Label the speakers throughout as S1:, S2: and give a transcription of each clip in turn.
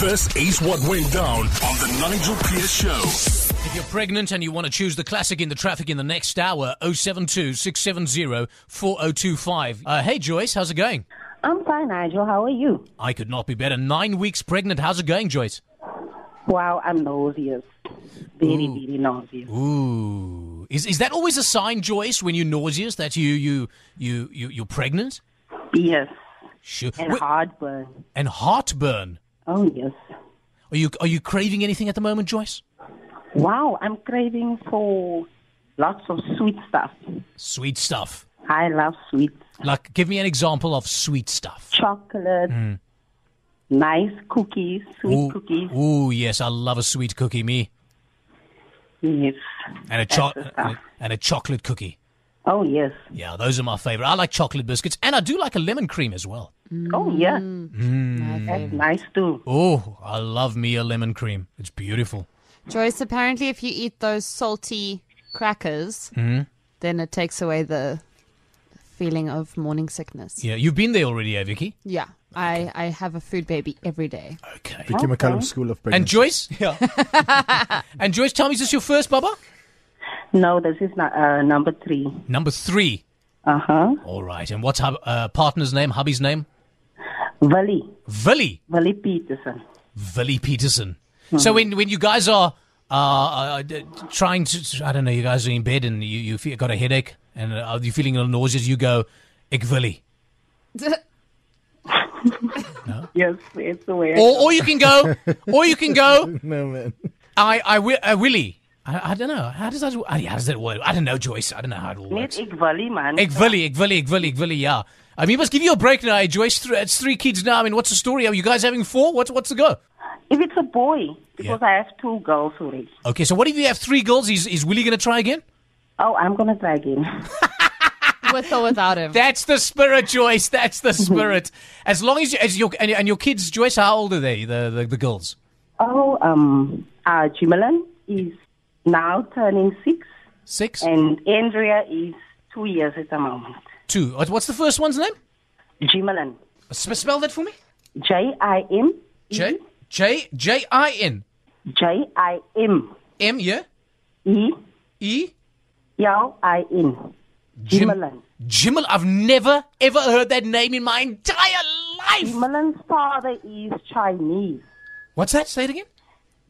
S1: This is what went down on the Nigel Pierce Show.
S2: If you're pregnant and you want to choose the classic in the traffic in the next hour, 072 670 4025. Uh, hey, Joyce, how's it going?
S3: I'm fine, Nigel. How are you?
S2: I could not be better. Nine weeks pregnant. How's it going, Joyce?
S3: Wow, I'm nauseous. Very, very nauseous.
S2: Ooh. Is, is that always a sign, Joyce, when you're nauseous, that you, you, you, you, you're pregnant?
S3: Yes.
S2: Sure.
S3: And
S2: Wh-
S3: heartburn.
S2: and heartburn.
S3: Oh, yes.
S2: Are you, are you craving anything at the moment, Joyce?
S3: Wow, I'm craving for lots of sweet stuff.
S2: Sweet stuff.
S3: I love sweet
S2: Like, give me an example of sweet stuff.
S3: chocolate, nice cookies, sweet
S2: ooh,
S3: cookies.
S2: ooh, yes, I love a sweet cookie, me.
S3: Yes.
S2: And a,
S3: That's
S2: cho-
S3: the stuff.
S2: and a chocolate cookie.
S3: Oh, yes.
S2: Yeah, those are my favorite. I like chocolate biscuits, and I do like a lemon cream as well.
S3: Oh, yeah.
S4: My
S3: That's
S4: favourite.
S3: nice, too.
S2: Oh, I love me a lemon cream. It's beautiful.
S4: Joyce, apparently, if you eat those salty crackers, then it takes away the feeling of morning sickness.
S2: Yeah, you've been there already, eh, Vicky?
S4: Yeah, I, I have a food baby every day.
S2: Okay.
S5: Vicky McCallum School of
S2: And
S5: Pregnancy.
S2: Joyce? Yeah. and Joyce, tell me, is this your first bubba?
S3: No, this is not, uh, number three.
S2: Number three.
S3: Uh huh.
S2: All right. And what's her uh, partner's name, hubby's name?
S3: Valley.
S2: Villy.
S3: Valley Peterson.
S2: Villy Peterson. So when, when you guys are uh, uh, d- trying to, I don't know, you guys are in bed and you, you feel, got a headache and uh, you're feeling a little nauseous, you go, Ik Villy.
S3: Yes, it's the way. I
S2: Or, or you can go, or you can go,
S5: No, man.
S2: I, I, wi- uh, Willie. I, I don't know. How does that? I- How does that work? I don't know, Joyce. I don't know how it all
S3: Net
S2: works.
S3: ek Valley man.
S2: Ek wil, ek wil, ek wil, ek wil, yeah. I mean, we must give you a break now, eh, Joyce. Th- It's three kids now. I mean, what's the story? Are you guys having four? What's what's the go?
S3: If it's a boy, because I have two girls already.
S2: Okay, so what if you have three girls? Is is Willie gonna try again?
S3: Oh, I'm gonna try again.
S4: With or without him.
S2: That's the spirit, Joyce. That's the spirit. As long as you, as your and, and your kids, Joyce, how old are they? The the, the girls.
S3: oh, um, uh, Jimalan is now turning six,
S2: Six,
S3: and Andrea is two years at the moment.
S2: two. What- What's the first one's name?
S3: Jimalan,
S2: Sp- Spell that for me.
S3: J I M
S2: J J J I N
S3: J I M
S2: M yeah
S3: E
S2: E
S3: L I N.
S2: Jim-
S3: Jimalan.
S2: Jimmel, I've never ever heard that name in my entire life.
S3: Jimalan's father is Chinese.
S2: What's that? Say it again.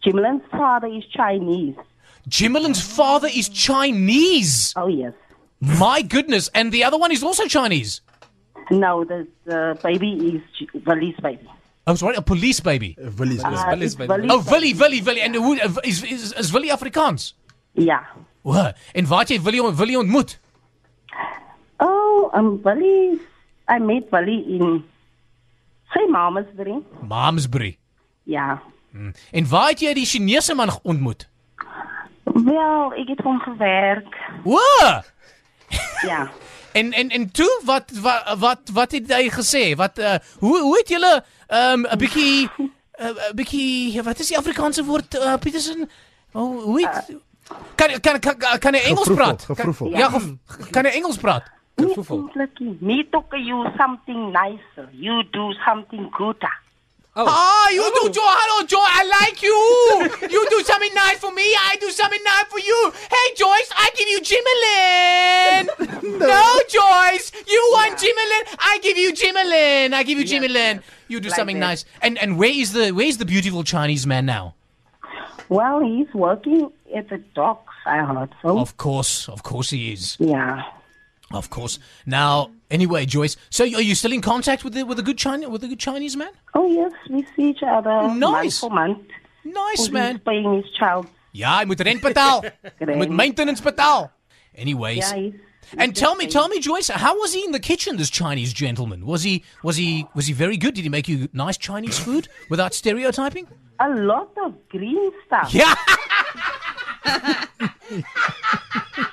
S3: Jimalan's father is Chinese.
S2: Jimmelin's father is Chinese.
S3: Oh yes.
S2: My goodness. And the other one is also Chinese.
S3: No, the, the baby is J- Valley's baby.
S2: Oh, sorry, a police baby.
S5: Villies,
S3: Uh, it's Valley's
S2: Oh, Willy, Willy, Willy. And who, uh, is, is, is Willy Afrikaans?
S3: Yeah.
S2: Wow. En waar jy Willy, Willy ontmoet?
S3: Oh, um, Valley. I met Valley in say Mama's Dream.
S2: Malmesbury.
S3: Yeah.
S2: En waar het jy die Chinese man ontmoet?
S3: Wel, ik heb hem gewerkt.
S2: Wow.
S3: Ja.
S2: En en en toe wat wat wat wat het hy gesê? Wat uh, hoe hoe het julle um, 'n bietjie 'n uh, bietjie wat is die Afrikaanse woord uh, Petersen? Oh, hoe het, kan kan kan kan hy Engels
S5: Gevroefel,
S2: praat? Kan,
S5: gevroefel.
S2: ja, ge, kan hy Engels praat?
S3: Niet ongelukkig. Niet ook you something nicer. You do something gooder. Oh.
S2: Ah, you do Joe, hello Joe, I like you. you do something nice for me, I do something nice for you. Hey Joyce, I give you Jimelin. no. Joyce, you want Jimelin, I give you Jimelin. I give you Jimelin. You do
S3: Like
S2: something
S3: that.
S2: nice. And and where is the where is the beautiful Chinese man now?
S3: Well, he's working at the docks, I heard so.
S2: Of course, of course he is.
S3: Yeah.
S2: Of course. Now, anyway, Joyce, so are you still in contact with the with a good China with a good Chinese man?
S3: Oh, yes, we see each other month
S2: Nice.
S3: for month.
S2: Nice
S3: Who's
S2: man.
S3: paying his child.
S2: Ja, hy moet rent betaal. hy moet maintenance betaal. Anyways.
S3: Yeah, he's,
S2: and tell me, tell me, Joyce, how was he in the kitchen? This Chinese gentleman was he was he was he very good? Did he make you nice Chinese food without stereotyping?
S3: a lot of green stuff.
S2: Yeah.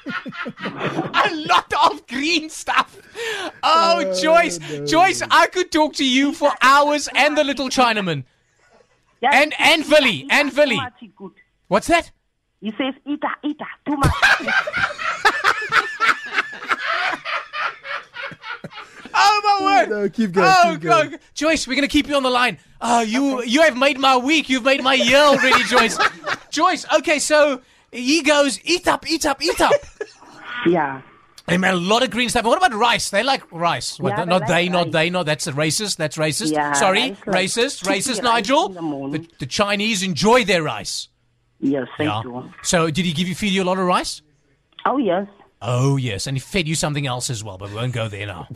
S2: a lot of green stuff. Oh, Joyce, Joyce, I could talk to you for hours and the little Chinaman
S3: Yeah,
S2: and and Villy and Villy.
S3: Too much is good.
S2: What's that?
S3: He says, Ita, Ita, too much.
S2: Oh my word!
S5: No, keep going,
S2: Oh,
S5: keep going.
S2: Oh, God. Joyce, we're gonna keep you on the line. Oh, you you have made my week. You've made my year already, Joyce. Joyce, okay, so he goes, eat up, eat up, eat up.
S3: Yeah.
S2: They made a lot of green stuff. What about rice? They like rice. What,
S3: Yeah, they
S2: not
S3: like
S2: they, not
S3: rice.
S2: they, not that's racist. That's racist.
S3: Yeah,
S2: Sorry,
S3: rice like
S2: racist,
S3: two
S2: racist,
S3: rice
S2: Nigel.
S3: in the morning.
S2: The, the Chinese enjoy their rice.
S3: Yes, thank
S2: Yeah.
S3: you.
S2: So did he give you feed you a lot of rice?
S3: Oh, yes.
S2: Oh yes, and he fed you something else as well, but we won't go there now.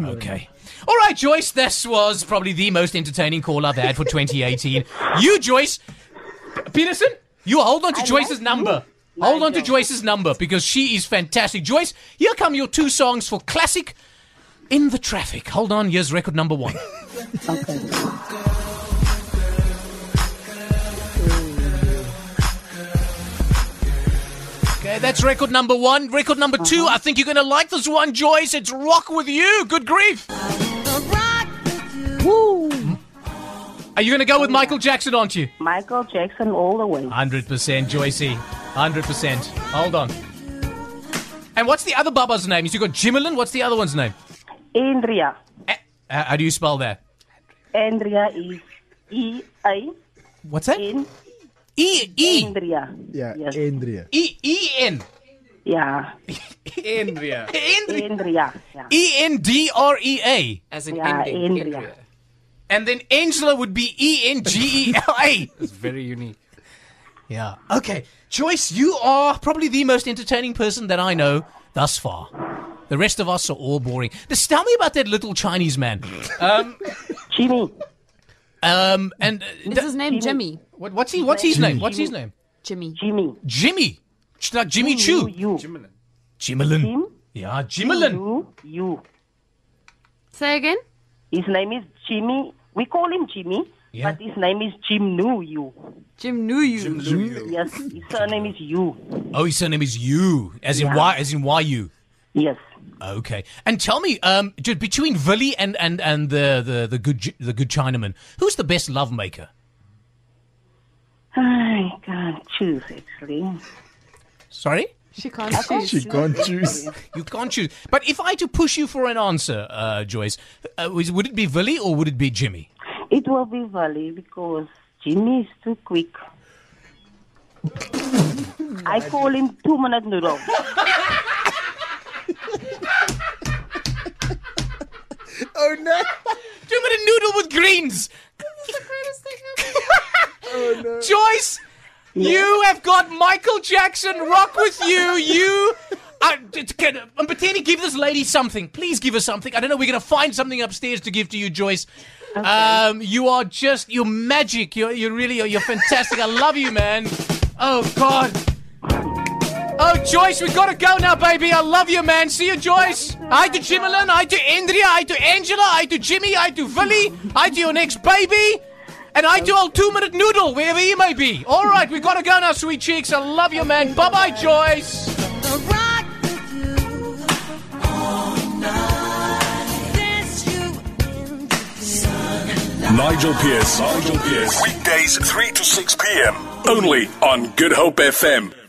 S2: okay. All right, Joyce. This was probably the most entertaining call I've had for 2018. you, Joyce Peterson, you hold on to
S3: I
S2: Joyce's
S3: like
S2: number.
S3: you,
S2: Hold on to
S3: Nigel.
S2: Joyce's number because she is fantastic. Joyce, here come your two songs for classic in the traffic. Hold on, here's record number one.
S3: Okay.
S2: Okay, that's record number one. Record number 2 I think you're going to like this one, Joyce. It's Rock With You. Good grief. Are you going to go with Michael Jackson, aren't you?
S3: Michael Jackson all the
S2: Uh-huh.
S3: way.
S2: 100%, Joycey. 100%. Hold on. And what's the other Baba's name? Is you got Jimmerlin? What's the other one's name?
S3: Andrea.
S2: Eh, How how do you spell that?
S3: Andrea is E A
S2: What's that? E
S3: N
S2: E
S3: Andrea.
S5: Yeah,
S3: Yes.
S5: Andrea.
S2: E E N
S3: Yeah.
S6: Andrea.
S2: Andrea.
S3: Andrea. Yeah.
S2: E N D R E A.
S6: As an
S3: Yeah,
S6: ending.
S3: Andrea.
S2: And then Angela would be E N G E L A.
S6: It's very unique.
S2: Yeah. Okay. Joyce, you are probably the most entertaining person that I know thus far. The rest of us are all boring. Just tell me about that little Chinese man.
S3: Jimmy.
S2: Um, and uh,
S4: Is
S2: th-
S4: his name Jimmy?
S2: what, what's he? What's his name? What's his name?
S4: Jimmy.
S3: Jimmy.
S2: Jimmy. Ch- Like Jimmy
S3: You.
S2: Choo.
S3: You.
S6: Jimmerlin.
S2: Jimmerlin.
S3: Jim.
S2: Yeah, Jimmerlin.
S3: You. You.
S4: Say again.
S3: His name is Jimmy. We call him Jimmy,
S2: Yeah.
S3: but his name is Jim Nu You.
S4: Jim knew you.
S3: Yes. His surname is You.
S2: Oh, his surname is Yu, as in
S3: Yeah.
S2: Y, as in Y U.
S3: Yes.
S2: Okay. And tell me, um, ju- between Villy and and and the the the good Ch- the good Chinaman, who's the best lovemaker?
S3: I can't choose actually.
S2: Sorry.
S4: She can't choose.
S5: She can't choose.
S2: You can't choose. But if I had to push you for an answer, uh, Joyce, uh, was- would it be Villy or would it be Jimmy?
S3: It will be Valley because Jimmy is too quick. I call him two minute noodle.
S5: oh no!
S2: Two minute noodle with greens. Joyce, you have got Michael Jackson rock with you. You. I, it's- can, I'm pretending give this lady something. Please give her something. I don't know. We're going to find something upstairs to give to you, Joyce. Um, you are just, you're magic. You're, you're really, you're, you're fantastic. I love you, man. Oh, God. Oh, Joyce, we got to go now, baby. I love you, man. See you, Joyce. Hi to Jimmerlin. Hi to Andrea. Hi to Angela. Hi to Jimmy. Hi to Villy. Hi to your next baby. And I do our two minute noodle, wherever you may be. All right, we got to go now, sweet cheeks. I love you, man. Bye bye, Joyce.
S1: Nigel Pearce. Nigel Pearce. Weekdays 3 to 6 p.m. Only on Good Hope FM.